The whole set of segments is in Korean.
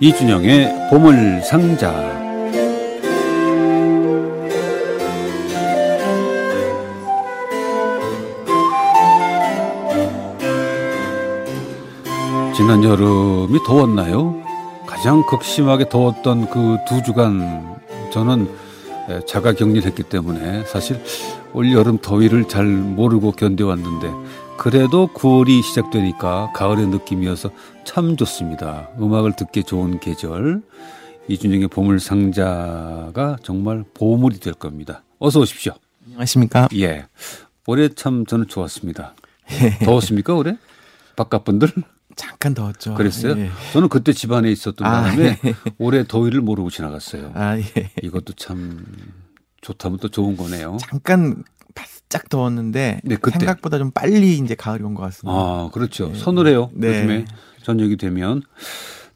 이준영의 보물상자. 지난 여름이 더웠나요? 가장 극심하게 더웠던 그 두 주간 저는 에, 자가 격리를 했기 때문에 사실 올 여름 더위를 잘 모르고 견뎌왔는데 그래도 9월이 시작되니까 가을의 느낌이어서 참 좋습니다. 음악을 듣기 좋은 계절. 이준영의 보물 상자가 정말 보물이 될 겁니다. 어서 오십시오. 안녕하십니까? 예. 올해 참 저는 좋았습니다. 더웠습니까, 올해? 바깥 분들? 잠깐 더웠죠. 그랬어요? 예. 저는 그때 집안에 있었던 아, 바람에 올해 더위를 모르고 지나갔어요. 아 예. 이것도 참 좋다면 또 좋은 거네요. 잠깐 바짝 더웠는데 네, 그때. 생각보다 좀 빨리 이제 가을이 온 것 같습니다. 아, 그렇죠. 서늘해요. 음. 네. 요즘에 저녁이 되면.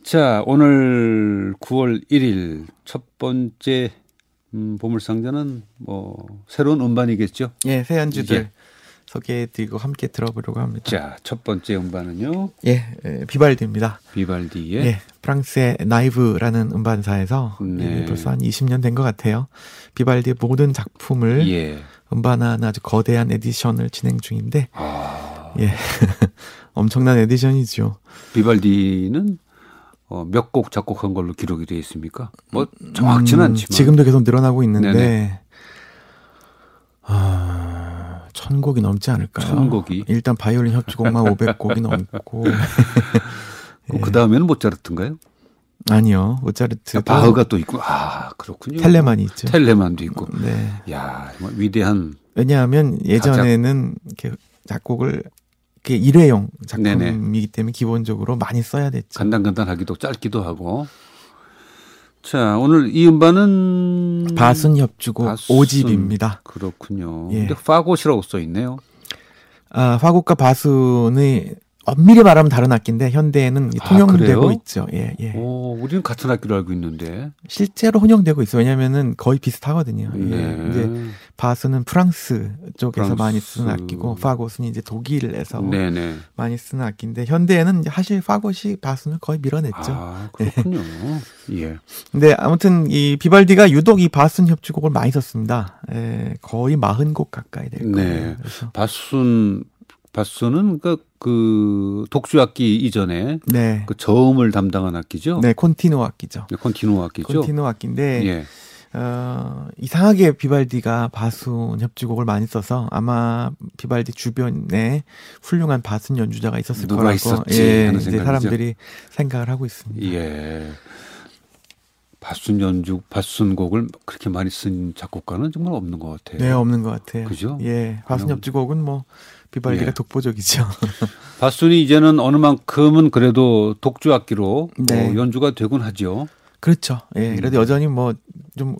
자, 오늘 9월 1일 첫 번째 음, 보물상자는 뭐 새로운 음반이겠죠. 예, 새 연주들 예. 소개해드리고 함께 들어보려고 합니다. 자, 첫 번째 음반은요. 예, 예, 비발디입니다. 비발디의 예, 프랑스의 나이브라는 음반사에서 네. 이미 벌써 한 20년 된 것 같아요. 비발디의 모든 작품을 예. 음반화한 아주 거대한 에디션을 진행 중인데, 아, 예, 엄청난 에디션이죠. 비발디는 어, 몇 곡 작곡한 걸로 기록이 되어 있습니까? 뭐 정확치는 음, 않지만 지금도 계속 늘어나고 네네. 있는데 아, 천 곡이 넘지 않을까요? 천 곡이? 일단 바이올린 협주곡만 500곡이 넘고 예. 그 다음에는 모차르트인가요? 아니요 모차르트 아, 바흐가 또 있고 아 그렇군요. 텔레만이 있죠. 텔레만도 있고. 네 야 정말 위대한 왜냐하면 예전에는 이렇게 작곡을 이렇게 일회용 작품이기 때문에 기본적으로 많이 써야 됐죠. 간단간단하기도 짧기도 하고. 자 오늘 이 음반은 바순 협주곡 바순. 5집입니다. 그렇군요. 예. 근데 파고시라고 써 있네요. 아, 화곡과 바순이 엄밀히 말하면 다른 악기인데 현대에는 아, 통용되고 그래요? 있죠. 예, 예. 오, 우리는 같은 학교로 알고 있는데. 실제로 혼용되고 있어요. 왜냐면은 거의 비슷하거든요. 예. 네. 이제 바스는 프랑스 쪽에서 프랑스. 많이 쓰는 악기고 파고스는 이제 독일에서 네네. 많이 쓰는 악기인데 현대에는 이제 사실 파고시 바스는 거의 밀어냈죠. 네. 아 그렇군요. 예. 근데 아무튼 이 비발디가 유독 이 바스 협주곡을 많이 썼습니다. 예, 거의 40곡 가까이 될 거예요. 네. 그래서 바순 바순은 그, 그 독주 악기 이전에 네. 그 저음을 담당한 악기죠. 네, 콘티노 악기죠. 컨티누 악기죠. 콘티노 악기인데 예. 어, 이상하게 비발디가 바순 협주곡을 많이 써서 아마 비발디 주변에 훌륭한 바순 연주자가 있었을 누가 거라고 있었지 예, 하는 이제 생각이죠. 사람들이 생각을 하고 있습니다. 예. 바순 연주, 바순 곡을 그렇게 많이 쓴 작곡가는 정말 없는 것 같아요. 네, 없는 것 같아요. 예. 그죠? 예, 바순 그냥- 협주곡은 뭐 비발디가 예. 독보적이죠. 바순이 이제는 어느 만큼은 그래도 독주 악기로 네. 어, 연주가 되곤 하죠. 그렇죠. 예, 그래도 여전히 뭐 좀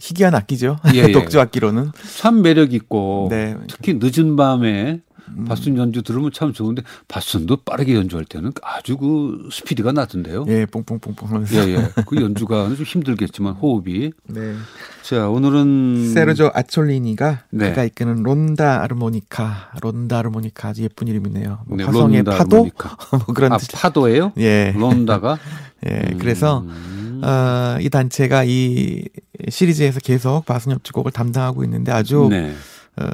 희귀한 악기죠. 음. 예, 어. 예. 독주 악기로는. 참 매력 있고 네. 음. 특히 늦은 밤에 바순 연주 들으면 참 좋은데 바순도 빠르게 연주할 때는 아주 그 스피드가 나던데요. 예, 뽕뽕뽕뽕 하면서. 예, 예. 그 연주가 좀 힘들겠지만 호흡이. 네. 자, 오늘은 세르조 아촐리니가 음. 네. 그가 이끄는 론다 아르모니카, 론다 아르모니카 아주 예쁜 이름이네요. 뭐 네, 화성의 론다 파도 아르모니카. 뭐 그런 아, 뜻. 파도예요? 예, 론다가 예. 그래서 음. 어, 이 단체가 이 시리즈에서 계속 바순협주곡을 담당하고 있는데 아주 네. 어,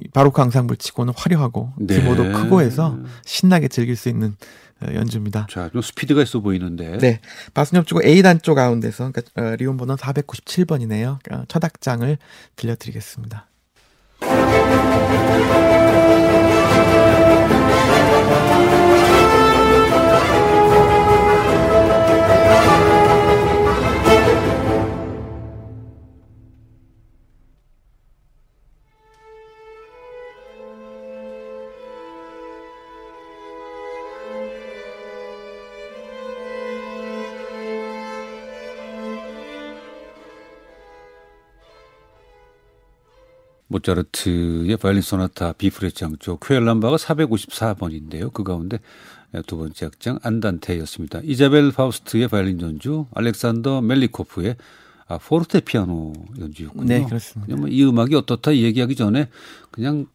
이 바로크 앙상블 치고는 화려하고 네. 규모도 크고 해서 신나게 즐길 수 있는 어, 연주입니다. 자, 좀 스피드가 있어 보이는데. 네, 바순협주곡 A 단조 가운데서 그러니까 어, 리온 번호 497번이네요. 그러니까 첫 악장을 들려드리겠습니다. 모차르트의 바이올린 소나타 비프레치 장조 쾌엘람바가 454번인데요. 그 가운데 두 번째 악장 안단테였습니다. 이자벨 파우스트의 바이올린 연주, 알렉산더 멜리코프의 아, 포르테 피아노 연주였군요. 네, 그렇습니다. 그냥 뭐이 음악이 어떻다 이 얘기하기 전에 그냥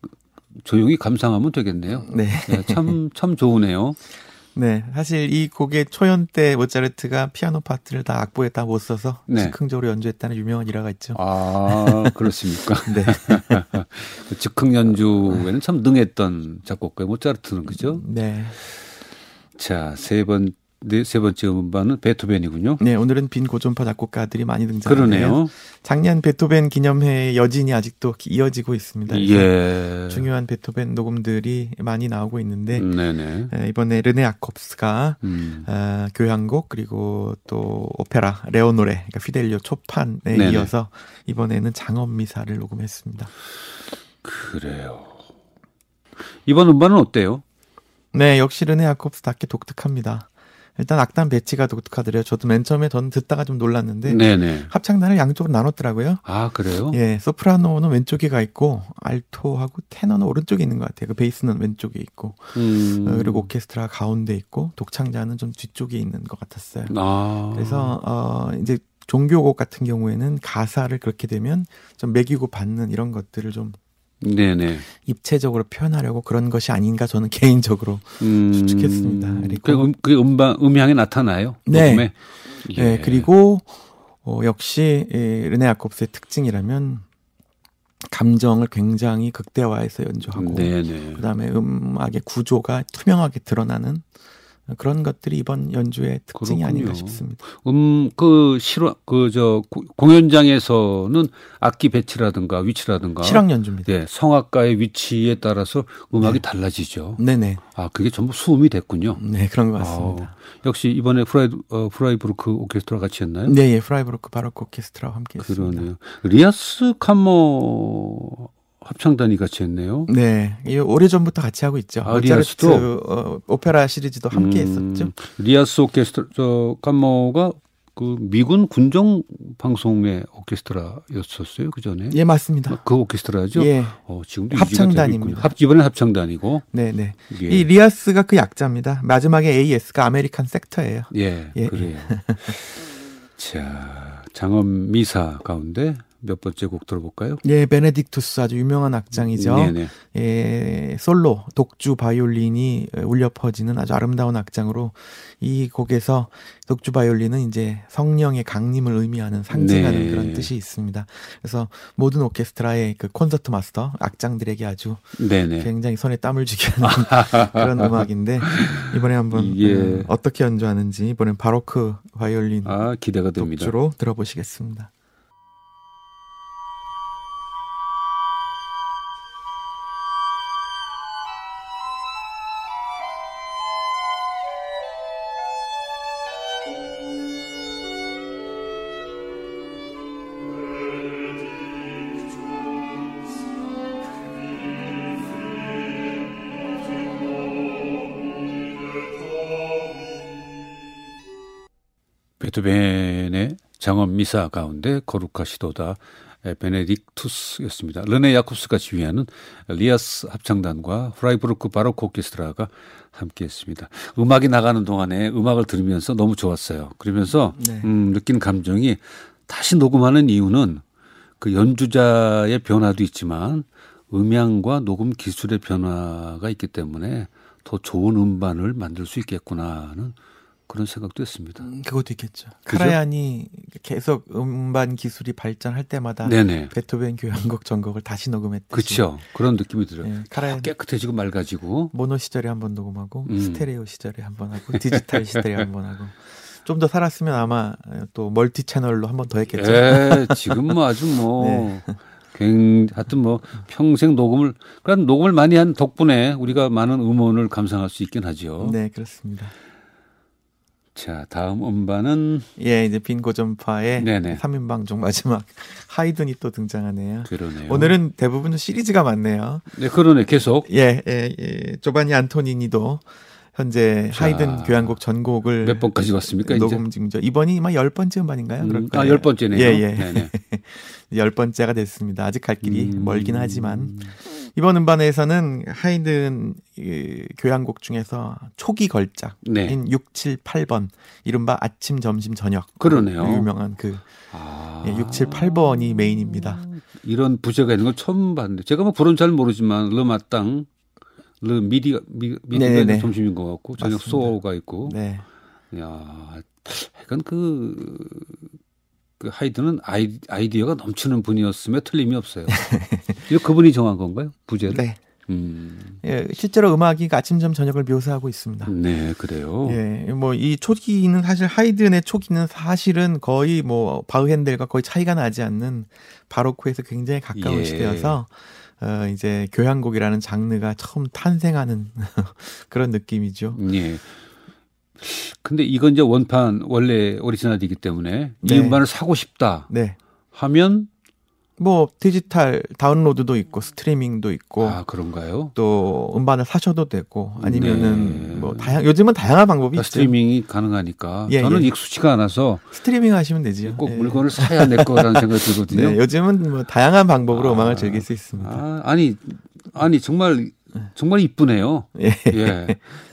조용히 감상하면 되겠네요. 네. 네, 참, 참 좋으네요. 네, 사실 이 곡의 초연 때 모차르트가 피아노 파트를 다 악보에 다 못 써서 네. 즉흥적으로 연주했다는 유명한 일화가 있죠. 아, 그렇습니까? 네. 그 즉흥 연주에는 참 능했던 작곡가 모차르트는 그죠? 네. 자, 세 번, 네, 세 번째 음반은 베토벤이군요. 네, 오늘은 빈 고전파 작곡가들이 많이 등장하네요. 그러네요. 작년 베토벤 기념회의 여진이 아직도 이어지고 있습니다. 예. 네. 중요한 베토벤 녹음들이 많이 나오고 있는데 음. 네네. 에, 이번에 르네 아콥스가 음. 아, 교향곡 그리고 또 오페라 레오노레 그러니까 피델리오 초판에 네네. 이어서 이번에는 장엄 미사를 녹음했습니다. 그래요. 이번 음반은 어때요? 네, 역시 르네 아콥스답게 독특합니다. 일단 악단 배치가 독특하더래요. 저도 맨 처음에 저는 듣다가 좀 놀랐는데 네네. 합창단을 양쪽으로 나눴더라고요. 아, 그래요? 예, 소프라노는 왼쪽에 가 있고 알토하고 테너는 오른쪽에 있는 것 같아요. 그 베이스는 왼쪽에 있고 음. 어, 그리고 오케스트라 가운데 있고 독창자는 좀 뒤쪽에 있는 것 같았어요. 아. 그래서 어 이제 종교곡 같은 경우에는 가사를 그렇게 되면 좀 매기고 받는 이런 것들을 좀 네네. 입체적으로 표현하려고 그런 것이 아닌가 저는 개인적으로 음. 추측했습니다. 그리고- 그 음, 그 음반, 음향이 나타나요? 네. 녹음에? 예. 그리고 어, 역시 예, 르네 아콥스의 특징이라면 감정을 굉장히 극대화해서 연주하고 네네. 그다음에 음악의 구조가 투명하게 드러나는 그런 것들이 이번 연주의 특징이 그렇군요. 아닌가 싶습니다. 음, 그 실화, 그 저 공연장에서는 악기 배치라든가 위치라든가 실황 연주입니다. 네, 성악가의 위치에 따라서 음악이 달라지죠. 네, 네, 아, 그게 전부 수음이 됐군요. 네 그런 것 같습니다. 아우, 역시 이번에 프라이 어, 프라이브루크 오케스트라 같이 했나요? 네, 예, 프라이브로크 바로크 오케스트라와 함께했습니다. 그러네요. 리아스 카모 합창단이 같이 했네요. 네, 이 오래 전부터 같이 하고 있죠. 아, 모차르트 리아스도? 어, 오페라 시리즈도 함께 음, 했었죠. 리아스 오케스트라 저 카모가 그 미군 군정 방송의 오케스트라였었어요 그 전에. 예, 맞습니다. 그 오케스트라죠. 예, 어, 지금도 유지가 되고 합창단입니다. 있군요. 합 이번에 합창단이고. 네, 네. 예. 이 리아스가 그 약자입니다. 마지막에 AS가 아메리칸 섹터예요. 예, 예. 그래요. 자, 장엄 미사 가운데 몇 번째 곡 들어볼까요? 예, 베네딕투스 아주 유명한 악장이죠. 네네. 예, 솔로 독주 바이올린이 울려 퍼지는 아주 아름다운 악장으로 이 곡에서 독주 바이올린은 이제 성령의 강림을 의미하는 상징하는 네. 그런 뜻이 있습니다. 그래서 모든 오케스트라의 그 콘서트 마스터 악장들에게 아주 네네. 굉장히 손에 땀을 쥐게 하는 그런 음악인데 이번에 한번 예. 음, 어떻게 연주하는지 이번엔 바로크 바이올린 아, 기대가 됩니다. 독주로 들어보시겠습니다. 베토벤의 장엄 미사 가운데 거룩하시도다 에, 베네딕투스였습니다. 르네 야콥스가 지휘하는 리아스 합창단과 프라이브루크 바로크 오케스트라가 함께했습니다. 음악이 나가는 동안에 음악을 들으면서 너무 좋았어요. 그러면서 네. 음, 느낀 감정이 다시 녹음하는 이유는 그 연주자의 변화도 있지만 음향과 녹음 기술의 변화가 있기 때문에 더 좋은 음반을 만들 수 있겠구나 하는 그런 생각도 했습니다. 음, 그것도 있겠죠. 그죠? 카라얀이 계속 음반 기술이 발전할 때마다 네네. 베토벤 교향곡 전곡을 다시 녹음했듯이. 그렇죠. 그런 느낌이 들어요. 예, 카라얀 깨끗해지고 맑아지고. 모노 시절에 한 번 녹음하고 음. 스테레오 시절에 한 번 하고 디지털 시절에 한 번 하고 좀 더 살았으면 아마 또 멀티 채널로 한 번 더 했겠죠. 예, 지금 뭐 아주 뭐. 네. 굉, 하여튼 뭐 평생 녹음을, 그런 녹음을 많이 한 덕분에 우리가 많은 음원을 감상할 수 있긴 하죠. 네, 그렇습니다. 자, 다음 음반은 예, 이제 빈 고전파의 네네. 3인 방송 마지막 하이든이 또 등장하네요. 그러네요. 오늘은 대부분 시리즈가 많네요. 네, 그러네. 계속. 예, 예, 예. 조바니 안토니니도 현재 자, 하이든 교향곡 전곡을 몇 번까지 왔습니까, 이제? 네. 녹음 중이죠. 이번이 막 열 번째 음반인가요? 음, 그럴 아, 거예요. 열 번째네요. 예, 예. 네네. 열 번째가 됐습니다. 아직 갈 길이 음. 멀긴 하지만 이번 음반에서는 하이든 이 교향곡 중에서 초기 걸작인 네. 6, 7, 8번 이른바 아침, 점심, 저녁 그러네요. 유명한 그 아. 예, 6, 7, 8번이 메인입니다. 이런 부제가 있는 걸 처음 봤는데 제가 뭐 불은 잘 모르지만 르마땅 미디가 미, 미디가 네네네. 점심인 것 같고 저녁 맞습니다. 소가 있고 네. 야, 약간 그, 그 하이드는 아이, 아이디어가 넘치는 분이었음에 틀림이 없어요. 이거 그분이 정한 건가요? 부제를? 네. 음, 예, 실제로 음악이 아침, 점, 저녁을 묘사하고 있습니다. 네, 그래요. 예, 뭐 이 초기는 사실 하이든의 초기는 사실은 거의 뭐 바흐헨델과 거의 차이가 나지 않는 바로크에서 굉장히 가까운 예. 시대여서 어 이제 교향곡이라는 장르가 처음 탄생하는 그런 느낌이죠. 예. 근데 이건 이제 원판 원래 오리지널이기 때문에 네. 이 음반을 사고 싶다 네. 하면 뭐 디지털 다운로드도 있고 스트리밍도 있고 아 그런가요? 또 음반을 사셔도 되고 아니면은 네. 뭐 다양 요즘은 다양한 방법이 그러니까 있죠. 스트리밍이 가능하니까 예, 저는 예. 익숙치가 않아서 스트리밍 하시면 되지요. 꼭 예. 물건을 사야 내 거라는 생각이 들거든요. 네, 요즘은 뭐 다양한 방법으로 아. 음악을 즐길 수 있습니다. 아, 아니 아니 정말 정말 이쁘네요. 예. 예.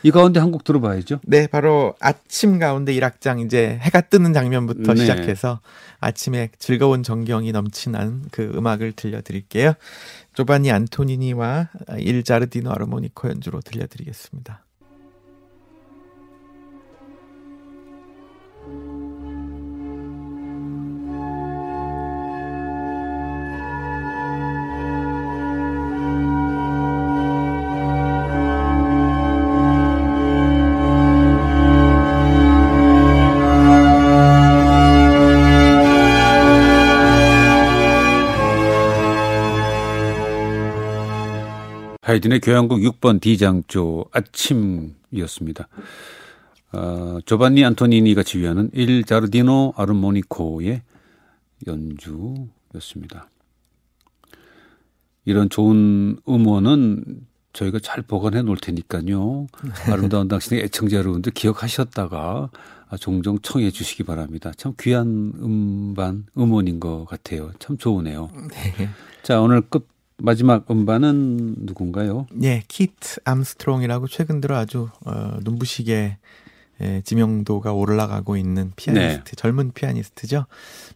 이 가운데 한 곡 들어봐야죠. 네, 바로 아침 가운데 일악장 이제 해가 뜨는 장면부터 네. 시작해서 아침에 즐거운 정경이 넘치는 그 음악을 들려드릴게요. 조바니 안토니니와 일자르디노 아르모니코 연주로 들려드리겠습니다. 하이든의 교향곡 6번 D장조 아침이었습니다. 어, 조반니 안토니니가 지휘하는 일 자르디노 아르모니코의 연주였습니다. 이런 좋은 음원은 저희가 잘 보관해 놓을 테니까요. 아름다운 당신의 애청자 여러분들 기억하셨다가 종종 청해 주시기 바랍니다. 참 귀한 음반, 음원인 것 같아요. 참 좋으네요. 자, 오늘 끝 마지막 음반은 누군가요? 예, 키트 암스트롱이라고 최근 들어 아주 어, 눈부시게 예, 지명도가 올라가고 있는 네. 피아니스트, 젊은 피아니스트죠.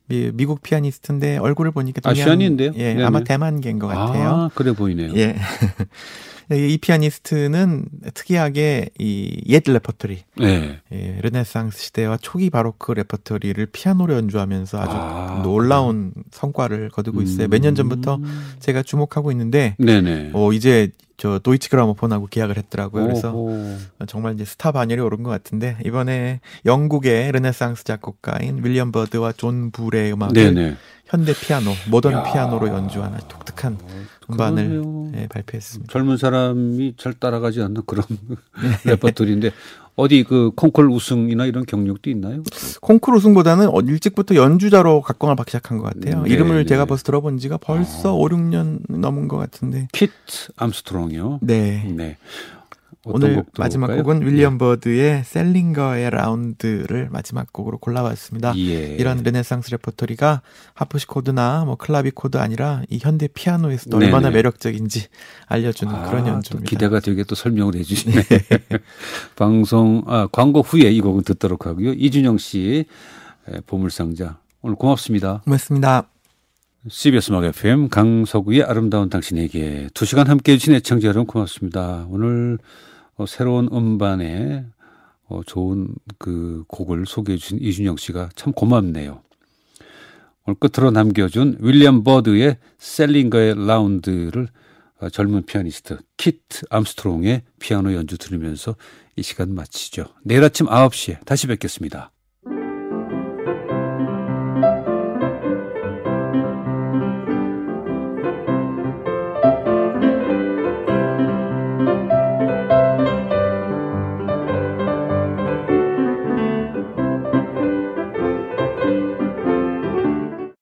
미, 국 피아니스트인데 얼굴을 보니까 아, 시안인데요? 예, 네네. 아마 대만계인 것 같아요. 아, 그래 보이네요. 예. 이 피아니스트는 특이하게 이 옛 레퍼토리, 네. 예, 르네상스 시대와 초기 바로크 레퍼토리를 피아노로 연주하면서 아주 아, 놀라운 성과를 거두고 있어요. 몇 년 전부터 음. 제가 주목하고 있는데, 네네. 어, 이제 저 도이치 그라모폰하고 계약을 했더라고요. 그래서 오호. 정말 이제 스타 반열이 오른 것 같은데, 이번에 영국의 르네상스 작곡가인 윌리엄 버드와 존 불의 음악을 네네. 현대 피아노, 모던 야. 어, 피아노로 연주한 아주 독특한 음반을 그러네요. 예, 발표했습니다. 젊은 사람이 잘 따라가지 않는 그런 네. 레퍼토리인데 어디 그 콩쿨 우승이나 이런 경력도 있나요? 콩쿠르 우승보다는 어- 일찍부터 연주자로 각광을 받기 시작한 것 같아요. 네, 이름을 네. 제가 벌써 들어본 지가 벌써 아. 5, 6년 넘은 것 같은데. 키트 암스트롱이요. 네. 네. 어떤 오늘 곡 마지막 들어볼까요? 네. 곡은 윌리엄 버드의 셀링거의 라운드를 마지막 곡으로 골라봤습니다. 예. 이런 르네상스 레퍼토리가 하프시코드나 뭐 클라비코드 아니라 이 현대 피아노에서도 네, 얼마나 네. 매력적인지 알려주는 아, 그런 또 연주입니다. 기대가 되게 또 설명을 해주시네. 방송 아, 광고 후에 이 곡은 듣도록 하고요. 이준영 씨 에, 보물상자 오늘 고맙습니다. 고맙습니다. CBS 음악 FM 강서구의 아름다운 당신에게 두 시간 함께해 주신 애청자 여러분 고맙습니다. 오늘 어, 새로운 음반에 어, 좋은 그 곡을 소개해 주신 이준영 씨가 참 고맙네요. 오늘 끝으로 남겨준 윌리엄 버드의 셀링거의 라운드를 어, 젊은 피아니스트 키트 암스트롱의 피아노 연주 들으면서 이 시간 마치죠. 내일 아침 9시에 다시 뵙겠습니다.